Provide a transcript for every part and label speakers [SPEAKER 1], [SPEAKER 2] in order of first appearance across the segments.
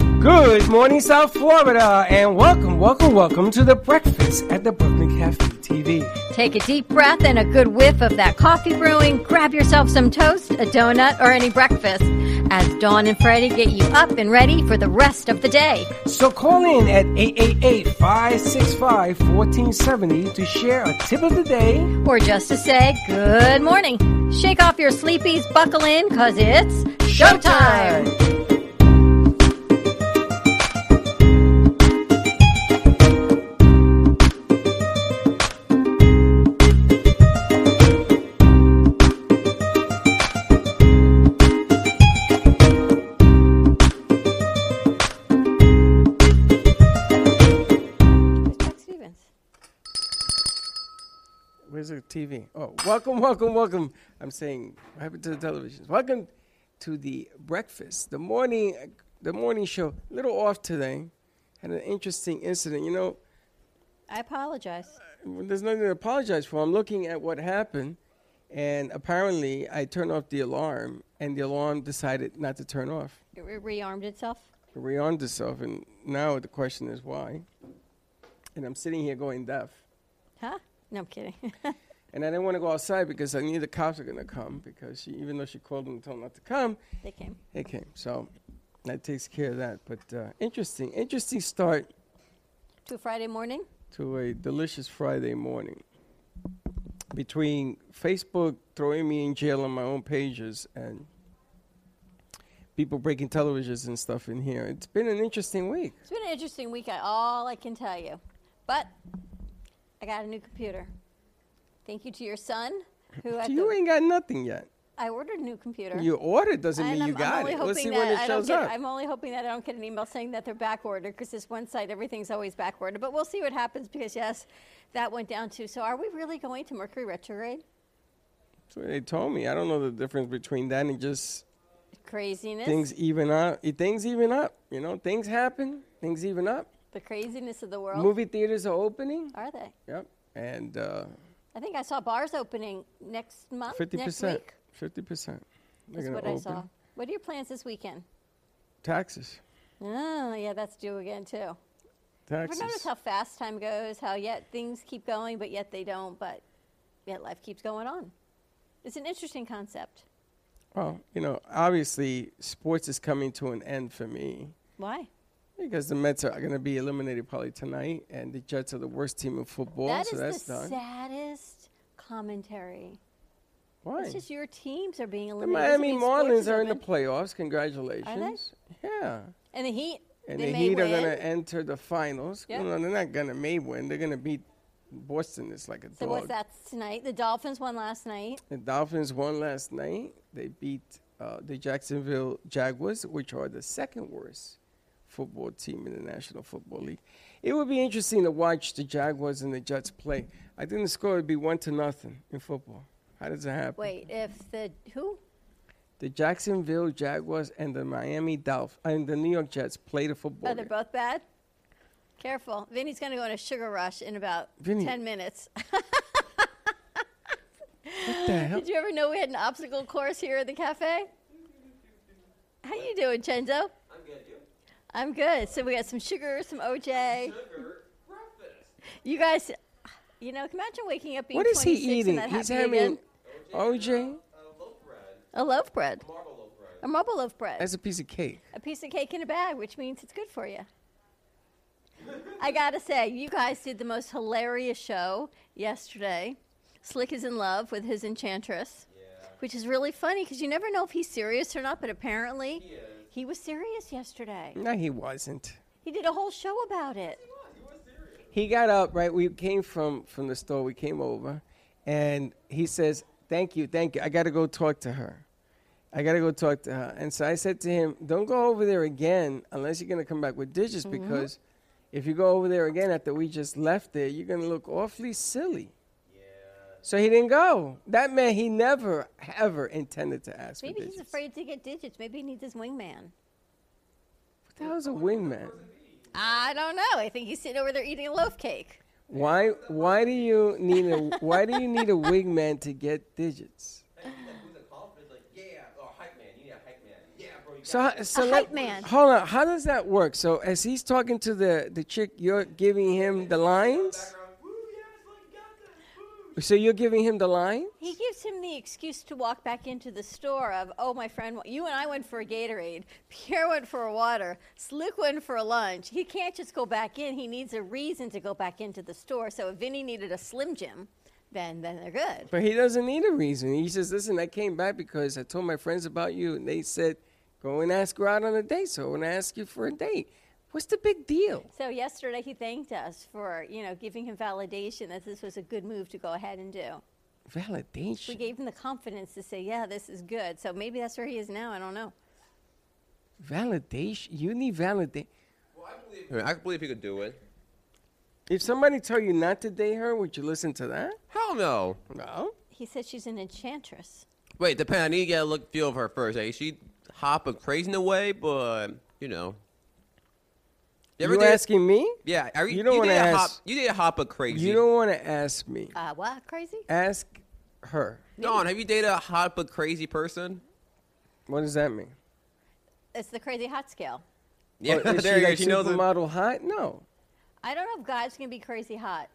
[SPEAKER 1] Good morning, South Florida, and welcome, welcome, welcome to the breakfast at the Brooklyn Cafe TV.
[SPEAKER 2] Take a deep breath and a good whiff of that coffee brewing. Grab yourself some toast, a donut, or any breakfast as Dawn and Freddie get you up and ready for the rest of the day.
[SPEAKER 1] So call in at 888 565 1470 to share a tip of the day.
[SPEAKER 2] Or just to say good morning. Shake off your sleepies, buckle in, because it's showtime. It's Jack Stevens.
[SPEAKER 1] Where's the TV? Oh, welcome, welcome, welcome. I'm saying, what happened to the television? Welcome to the breakfast, the morning, the morning show. A little off today. Had an interesting incident. You know,
[SPEAKER 2] I apologize.
[SPEAKER 1] there's nothing to apologize for. I'm looking at what happened, and apparently I turned off the alarm, and the alarm decided not to turn off.
[SPEAKER 2] It re- rearmed itself.
[SPEAKER 1] It rearmed itself, and now the question is why. And I'm sitting here going deaf.
[SPEAKER 2] Huh? No, I'm kidding.
[SPEAKER 1] And I didn't want to go outside because I knew the cops were going to come because she, even though she called them and told them not to come,
[SPEAKER 2] they came.
[SPEAKER 1] they came. So that takes care of that. But uh, interesting, interesting start
[SPEAKER 2] To a Friday morning?
[SPEAKER 1] to a delicious Friday morning between Facebook throwing me in jail on my own pages and people breaking televisions and stuff in here. It's been an interesting week.
[SPEAKER 2] It's been an interesting week, I- all I can tell you. But I got a new computer. Thank you to your son, who at
[SPEAKER 1] you
[SPEAKER 2] the,
[SPEAKER 1] ain't got nothing yet.
[SPEAKER 2] I ordered a new computer.
[SPEAKER 1] You ordered doesn't
[SPEAKER 2] and
[SPEAKER 1] mean
[SPEAKER 2] I'm,
[SPEAKER 1] you
[SPEAKER 2] I'm
[SPEAKER 1] got
[SPEAKER 2] only
[SPEAKER 1] it.
[SPEAKER 2] hoping
[SPEAKER 1] Let's see
[SPEAKER 2] that
[SPEAKER 1] when
[SPEAKER 2] I
[SPEAKER 1] it
[SPEAKER 2] don't
[SPEAKER 1] shows
[SPEAKER 2] get,
[SPEAKER 1] up.
[SPEAKER 2] I'm only hoping that I don't get an email saying that they're back ordered because this one site everything's always back ordered. But we'll see what happens because yes, that went down too. So are we really going to Mercury retrograde?
[SPEAKER 1] That's what they told me. I don't know the difference between that and just
[SPEAKER 2] Craziness.
[SPEAKER 1] things even up. eh, Things even up. You know, things happen. Things even up.
[SPEAKER 2] the craziness of the world.
[SPEAKER 1] Movie theaters are opening.
[SPEAKER 2] Are they?
[SPEAKER 1] Yep. And uh,
[SPEAKER 2] I think I saw bars opening next month.
[SPEAKER 1] 50%.
[SPEAKER 2] Next week.
[SPEAKER 1] 50%. They're
[SPEAKER 2] That's
[SPEAKER 1] gonna
[SPEAKER 2] what I
[SPEAKER 1] open.
[SPEAKER 2] saw. What are your plans this weekend?
[SPEAKER 1] Taxes.
[SPEAKER 2] Oh, yeah, that's due again too. Ever
[SPEAKER 1] Taxes.
[SPEAKER 2] notice how fast time goes? How yet things keep going, but yet they don't. But yet life keeps going on. It's an interesting concept.
[SPEAKER 1] Well, you know, obviously, sports is coming to an end for me
[SPEAKER 2] Why?
[SPEAKER 1] because the Mets are going to be eliminated probably tonight, and the Jets are the worst team in football,
[SPEAKER 2] That is
[SPEAKER 1] so that's
[SPEAKER 2] the
[SPEAKER 1] done.
[SPEAKER 2] saddest commentary.
[SPEAKER 1] Why?
[SPEAKER 2] It's just your teams are being
[SPEAKER 1] The
[SPEAKER 2] eliminated. Doesn't
[SPEAKER 1] Miami
[SPEAKER 2] mean sports
[SPEAKER 1] Marlins
[SPEAKER 2] is
[SPEAKER 1] are in the
[SPEAKER 2] open.
[SPEAKER 1] playoffs. Congratulations. Yeah.
[SPEAKER 2] and the Heat.
[SPEAKER 1] And
[SPEAKER 2] they
[SPEAKER 1] the
[SPEAKER 2] may
[SPEAKER 1] Heat
[SPEAKER 2] win.
[SPEAKER 1] are going to enter the finals.
[SPEAKER 2] Yep.
[SPEAKER 1] No, they're not going to may win. They're going to beat Boston. It's like a
[SPEAKER 2] So
[SPEAKER 1] dog.
[SPEAKER 2] what's that tonight? The Dolphins won last night.
[SPEAKER 1] The Dolphins won last night. They beat uh, the Jacksonville Jaguars, which are the second worst football team in the National Football League. It would be interesting to watch the Jaguars and the Jets play. I think the score would be one to nothing in football. How does that happen?
[SPEAKER 2] Wait, if the who? Oh,
[SPEAKER 1] The Jacksonville Jaguars and the Miami Dolphins and the New York Jets play the football.
[SPEAKER 2] Are they
[SPEAKER 1] game.
[SPEAKER 2] both bad? Careful, Vinny's going to go on a sugar rush in about
[SPEAKER 1] Vinny.
[SPEAKER 2] ten minutes.
[SPEAKER 1] What the hell?
[SPEAKER 2] Did you ever know we had an obstacle course here at the cafe? How you doing, Chenzo?
[SPEAKER 3] I'm gonna do
[SPEAKER 2] I'm good. So we got some sugar, some OJ.
[SPEAKER 3] sugar breakfast.
[SPEAKER 2] You guys, you know, imagine waking up being
[SPEAKER 1] What is he
[SPEAKER 2] 26 and
[SPEAKER 1] eating?
[SPEAKER 2] that
[SPEAKER 1] He's
[SPEAKER 2] happening
[SPEAKER 1] having
[SPEAKER 2] again.
[SPEAKER 1] OJ
[SPEAKER 3] Uh, loaf bread,
[SPEAKER 2] a loaf bread,
[SPEAKER 3] marble loaf bread.
[SPEAKER 2] a marble loaf bread,
[SPEAKER 1] as a piece of cake.
[SPEAKER 2] a piece of cake in a bag, which means it's good for you. I gotta say, you guys did the most hilarious show yesterday. Slick is in love with his enchantress, which is really funny because you never know if he's serious or not. But apparently, he, was serious yesterday.
[SPEAKER 1] No, he wasn't.
[SPEAKER 2] He did a whole show about it.
[SPEAKER 1] he got up right we came from from the store we came over and he says thank you thank you i gotta go talk to her i gotta go talk to her and so i said to him don't go over there again unless you're gonna come back with dishes
[SPEAKER 2] Mm-hmm.
[SPEAKER 1] because if you go over there again after we just left there you're gonna look awfully silly so he didn't go that meant he never ever intended to ask
[SPEAKER 2] Maybe
[SPEAKER 1] for
[SPEAKER 2] he's
[SPEAKER 1] dishes.
[SPEAKER 2] afraid to get digits. Maybe he needs his wingman.
[SPEAKER 1] what the hell's a wingman
[SPEAKER 2] I don't know. I think he's sitting over there eating a loaf cake.
[SPEAKER 1] why why do you need a why do you need a wingman to get digits
[SPEAKER 3] Oh, Like, who's a confident, like, yeah, or hype man. You need a hype man. Yeah, bro, you
[SPEAKER 1] So, ho- so
[SPEAKER 2] A
[SPEAKER 1] let-
[SPEAKER 2] hype man.
[SPEAKER 1] Hold on. How does that work? So as he's talking to the the chick, you're giving him the lines.
[SPEAKER 3] Background. Woo, yes, look, got this. Woo.
[SPEAKER 1] So you're giving him the lines.
[SPEAKER 2] He gives him the excuse to walk back into the store of, oh, my friend, you and I went for a Gatorade. Pierre went for a water. Slick went for a lunch. He can't just go back in. He needs a reason to go back into the store. So if Vinny needed a Slim Jim, then, then they're good.
[SPEAKER 1] But he doesn't need a reason. He says, "Listen, I came back because I told my friends about you, and they said, go and ask her out on a date. So when I ask you for a date, what's the big deal?
[SPEAKER 2] So yesterday he thanked us for, you know, giving him validation that this was a good move to go ahead and do. We
[SPEAKER 1] Validation.
[SPEAKER 2] gave him the confidence to say, yeah, this is good. So maybe that's where he is now. I don't know.
[SPEAKER 1] Validation. You need validation.
[SPEAKER 3] Well, I believe. I, mean, I believe he could do it.
[SPEAKER 1] If somebody tell you not to date her, would you listen to that?
[SPEAKER 3] Hell no.
[SPEAKER 1] No.
[SPEAKER 2] He said she's an enchantress.
[SPEAKER 3] Wait, depend. I need to get a look feel of her first. Hey, she hopping crazy in a way, but you know.
[SPEAKER 1] You
[SPEAKER 3] ever did-
[SPEAKER 1] asking me?
[SPEAKER 3] Yeah, are you,
[SPEAKER 1] you don't
[SPEAKER 3] you
[SPEAKER 1] wanna
[SPEAKER 3] did a
[SPEAKER 1] ask-
[SPEAKER 3] Hop, you did a hop of crazy.
[SPEAKER 1] You don't want to ask me.
[SPEAKER 2] Uh, what? Crazy?
[SPEAKER 1] Ask her.
[SPEAKER 3] Dawn, have you dated a hot but crazy person?
[SPEAKER 1] Oh, What does that mean?
[SPEAKER 2] It's the crazy hot scale.
[SPEAKER 3] Yeah,
[SPEAKER 1] Oh, is
[SPEAKER 3] there
[SPEAKER 1] she
[SPEAKER 3] you go.
[SPEAKER 1] like
[SPEAKER 3] She knows it.
[SPEAKER 1] supermodel hot? No.
[SPEAKER 2] I don't know if guys can be crazy hot.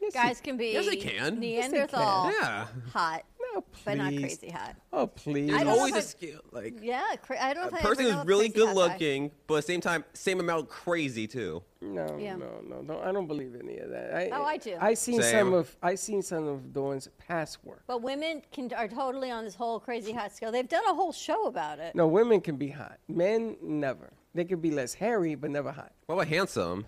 [SPEAKER 1] Yes,
[SPEAKER 2] Guys can be
[SPEAKER 3] Yes, they can. Yes,
[SPEAKER 1] they
[SPEAKER 2] Neanderthal
[SPEAKER 1] can.
[SPEAKER 3] Yeah,
[SPEAKER 2] hot,
[SPEAKER 1] No,
[SPEAKER 2] but not
[SPEAKER 1] please.
[SPEAKER 2] crazy hot.
[SPEAKER 1] Oh, please.
[SPEAKER 2] I
[SPEAKER 3] there's
[SPEAKER 2] don't know
[SPEAKER 3] always
[SPEAKER 2] if
[SPEAKER 3] a
[SPEAKER 2] I-
[SPEAKER 3] skill. Like
[SPEAKER 2] Yeah, cra- I don't.
[SPEAKER 3] a
[SPEAKER 2] know if I
[SPEAKER 3] person
[SPEAKER 2] ever know
[SPEAKER 3] who's
[SPEAKER 2] a
[SPEAKER 3] really
[SPEAKER 2] crazy hot
[SPEAKER 3] good
[SPEAKER 2] guy.
[SPEAKER 3] looking, but same time, same amount crazy too.
[SPEAKER 1] No,
[SPEAKER 2] Yeah.
[SPEAKER 1] no, no, no. I don't believe any of that. I,
[SPEAKER 2] Oh, I do.
[SPEAKER 1] I seen
[SPEAKER 3] Same.
[SPEAKER 1] some of I seen some of Dawn's past work.
[SPEAKER 2] But women can are totally on this whole crazy hot scale. They've done a whole show about it.
[SPEAKER 1] No, women can be hot. Men never. They could be less hairy, but never hot.
[SPEAKER 3] What about handsome?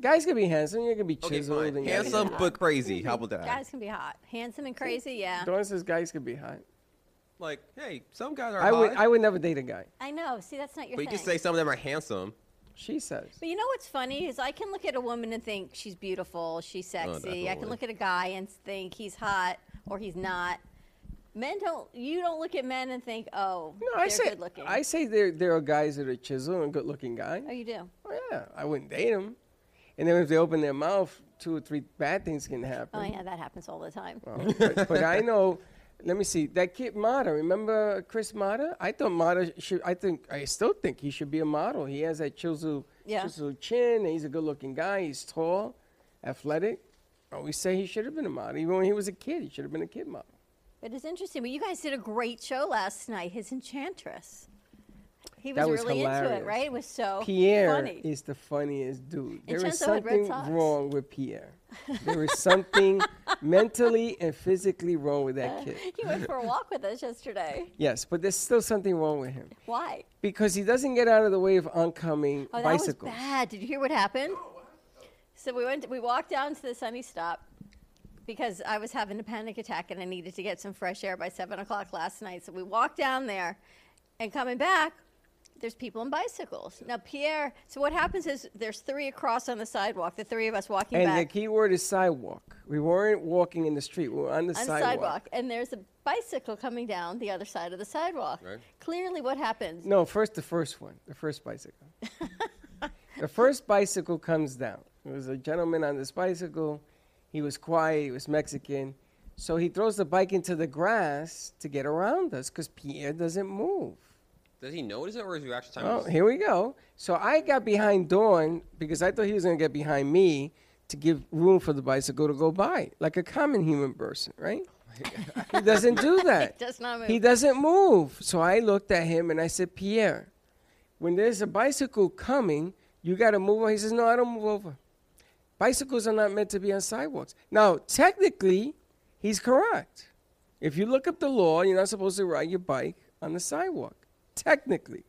[SPEAKER 1] Guys can be handsome. You can be
[SPEAKER 3] Okay,
[SPEAKER 1] chiseled
[SPEAKER 3] fine.
[SPEAKER 1] and yada,
[SPEAKER 3] Handsome
[SPEAKER 1] yada.
[SPEAKER 3] but crazy. How about that?
[SPEAKER 2] Guys can be hot, handsome and crazy. Yeah,
[SPEAKER 1] Dawn says guys can be hot.
[SPEAKER 3] Like, hey, some guys are
[SPEAKER 1] I would
[SPEAKER 3] hot,
[SPEAKER 1] I would never date a guy.
[SPEAKER 2] I know. See, that's not your
[SPEAKER 3] but you
[SPEAKER 2] thing.
[SPEAKER 3] can say some of them are handsome.
[SPEAKER 1] She says.
[SPEAKER 2] But you know what's funny is I can look at a woman and think she's beautiful, she's sexy.
[SPEAKER 3] Oh,
[SPEAKER 2] I
[SPEAKER 3] definitely.
[SPEAKER 2] can look at a guy and think he's hot or he's not. Men don't. You don't look at men and think, oh,
[SPEAKER 1] No,
[SPEAKER 2] they're
[SPEAKER 1] I say
[SPEAKER 2] good looking.
[SPEAKER 1] I say there there are guys that are chiseled and good looking guys.
[SPEAKER 2] oh, you do.
[SPEAKER 1] Oh, yeah, I wouldn't date them. And then if they open their mouth, two or three bad things can happen.
[SPEAKER 2] Oh yeah, that happens all the time.
[SPEAKER 1] Oh, but, but I know. Let me see. That kid Mata, remember Chris Mata? I thought Mata should. I think I still think he should be a model. He has that chiseled,
[SPEAKER 2] Yeah.
[SPEAKER 1] chiseled chin, and he's a good-looking guy. He's tall, athletic. I always say he should have been a model. Even when he was a kid, he should have been a kid model.
[SPEAKER 2] It is interesting. But you guys did a great show last night. His Enchantress. He was,
[SPEAKER 1] That was
[SPEAKER 2] really into
[SPEAKER 1] hilarious.
[SPEAKER 2] it, right? It was so
[SPEAKER 1] Pierre
[SPEAKER 2] Oh, funny.
[SPEAKER 1] is the funniest dude. There is
[SPEAKER 2] Vincenzo had red
[SPEAKER 1] something
[SPEAKER 2] socks.
[SPEAKER 1] wrong with Pierre. There is something mentally and physically wrong with that kid.
[SPEAKER 2] he went for a walk with us yesterday.
[SPEAKER 1] Yes, but there's still something wrong with him
[SPEAKER 2] Why?
[SPEAKER 1] because he doesn't get out of the way of oncoming
[SPEAKER 2] Oh, that
[SPEAKER 1] bicycles.
[SPEAKER 2] was bad. Did you hear what happened? So we went. We walked down to the Sunny Stop because I was having a panic attack and I needed to get some fresh air by seven o'clock last night. So we walked down there, and coming back, there's people on bicycles. Now Pierre. So what happens is there's three across on the sidewalk. The three of us walking
[SPEAKER 1] And
[SPEAKER 2] back.
[SPEAKER 1] the key word is sidewalk. We weren't walking in the street. We were on the
[SPEAKER 2] on
[SPEAKER 1] sidewalk.
[SPEAKER 2] the sidewalk, and there's a bicycle coming down the other side of the sidewalk.
[SPEAKER 3] Right.
[SPEAKER 2] Clearly, what happens?
[SPEAKER 1] No, first the first one, the first bicycle. the first bicycle comes down. There was a gentleman on this bicycle. He was quiet. He was Mexican. So he throws the bike into the grass to get around us because Pierre doesn't move.
[SPEAKER 3] Does he notice it, or is your reaction time?
[SPEAKER 1] Oh,
[SPEAKER 3] is-
[SPEAKER 1] here we go. So I got behind Dawn because I thought he was going to get behind me to give room for the bicycle to go by, like a common human person, right? he doesn't do that.
[SPEAKER 2] Oh He does not move.
[SPEAKER 1] He doesn't move. So I looked at him and I said, Pierre, when there's a bicycle coming, you got to move over. He says, No, I don't move over. Bicycles are not meant to be on sidewalks. Now, technically, he's correct. If you look up the law, you're not supposed to ride your bike on the sidewalk. Technically.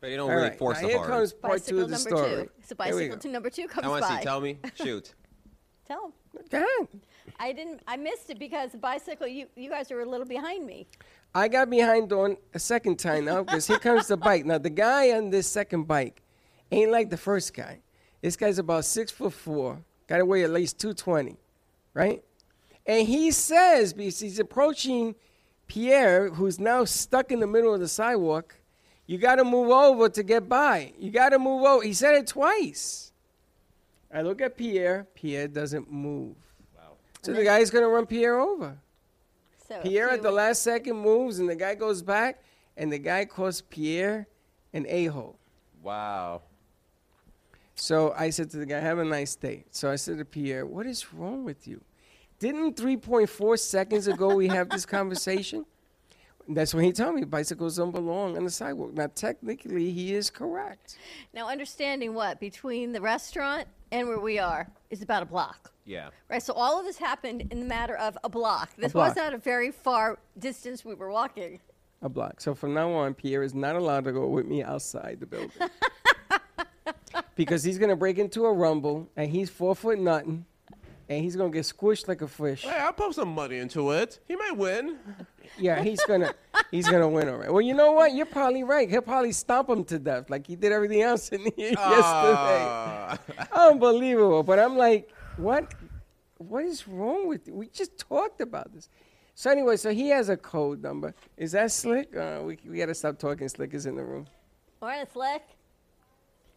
[SPEAKER 3] but you don't
[SPEAKER 1] All
[SPEAKER 3] really
[SPEAKER 1] right,
[SPEAKER 3] force
[SPEAKER 1] now
[SPEAKER 3] it
[SPEAKER 1] here
[SPEAKER 3] hard.
[SPEAKER 1] comes part
[SPEAKER 2] bicycle
[SPEAKER 1] two of the
[SPEAKER 2] number
[SPEAKER 1] story.
[SPEAKER 2] two. So
[SPEAKER 1] Here we
[SPEAKER 2] bicycle to number two comes
[SPEAKER 3] I want to
[SPEAKER 2] by.
[SPEAKER 3] see. Tell me. Shoot.
[SPEAKER 2] Tell him.
[SPEAKER 1] go. Go ahead.
[SPEAKER 2] I didn't. I missed it because the bicycle. You you guys were a little behind me.
[SPEAKER 1] I got behind Dawn a second time now because here comes the bike. Now the guy on this second bike ain't like the first guy. This guy's about six foot four, gotta weigh at least two twenty, right? And he says because he's approaching Pierre, who's now stuck in the middle of the sidewalk, you gotta move over to get by. You gotta move over. He said it twice. I look at Pierre, Pierre doesn't move.
[SPEAKER 3] Wow.
[SPEAKER 1] So the guy's gonna run Pierre over.
[SPEAKER 2] So
[SPEAKER 1] Pierre
[SPEAKER 2] if
[SPEAKER 1] at the
[SPEAKER 2] you-
[SPEAKER 1] last second moves, and the guy goes back, and the guy calls Pierre an a hole.
[SPEAKER 3] Wow.
[SPEAKER 1] So I said to the guy, "Have a nice day." So I said to Pierre, "What is wrong with you? Didn't 3.4 seconds ago we have this conversation?" That's when he told me bicycles don't belong on the sidewalk. Now, technically, he is correct.
[SPEAKER 2] Now, understanding what between the restaurant and where we are is about a block,
[SPEAKER 3] Yeah.
[SPEAKER 2] right? So all of this happened in the matter of a block. This
[SPEAKER 1] block.
[SPEAKER 2] was not a very far distance we were walking.
[SPEAKER 1] A block. So from now on, Pierre is not allowed to go with me outside the building because he's going to break into a rumble and he's four foot nothing and he's going to get squished like a fish.
[SPEAKER 3] Hey, I'll pump some money into it. He might win.
[SPEAKER 1] Yeah, he's gonna he's gonna win all right. Well, you know what? You're probably right. He'll probably stomp him to death like he did everything else in the yesterday.
[SPEAKER 3] Ah.
[SPEAKER 1] Unbelievable. But I'm like, what what is wrong with you? We just talked about this. So anyway, so he has a code number. Is that slick? Uh, we we gotta stop talking. Slick is in the room.
[SPEAKER 2] Morning, Slick.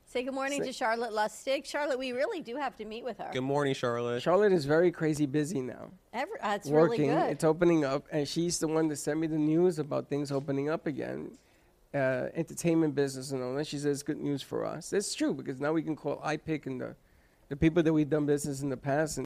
[SPEAKER 2] Say good morning to
[SPEAKER 1] Slick.
[SPEAKER 2] Charlotte Lustig. Charlotte, we really do have to meet with her.
[SPEAKER 3] Good morning, Charlotte.
[SPEAKER 1] Charlotte is very crazy busy now.
[SPEAKER 2] Every, uh, it's
[SPEAKER 1] working.
[SPEAKER 2] really good.
[SPEAKER 1] It's opening up, and she's the one that sent me the news about things opening up again, uh, entertainment business and all that. She says good news for us. That's true because now we can call IPIC and the, the people that we've done business in the past and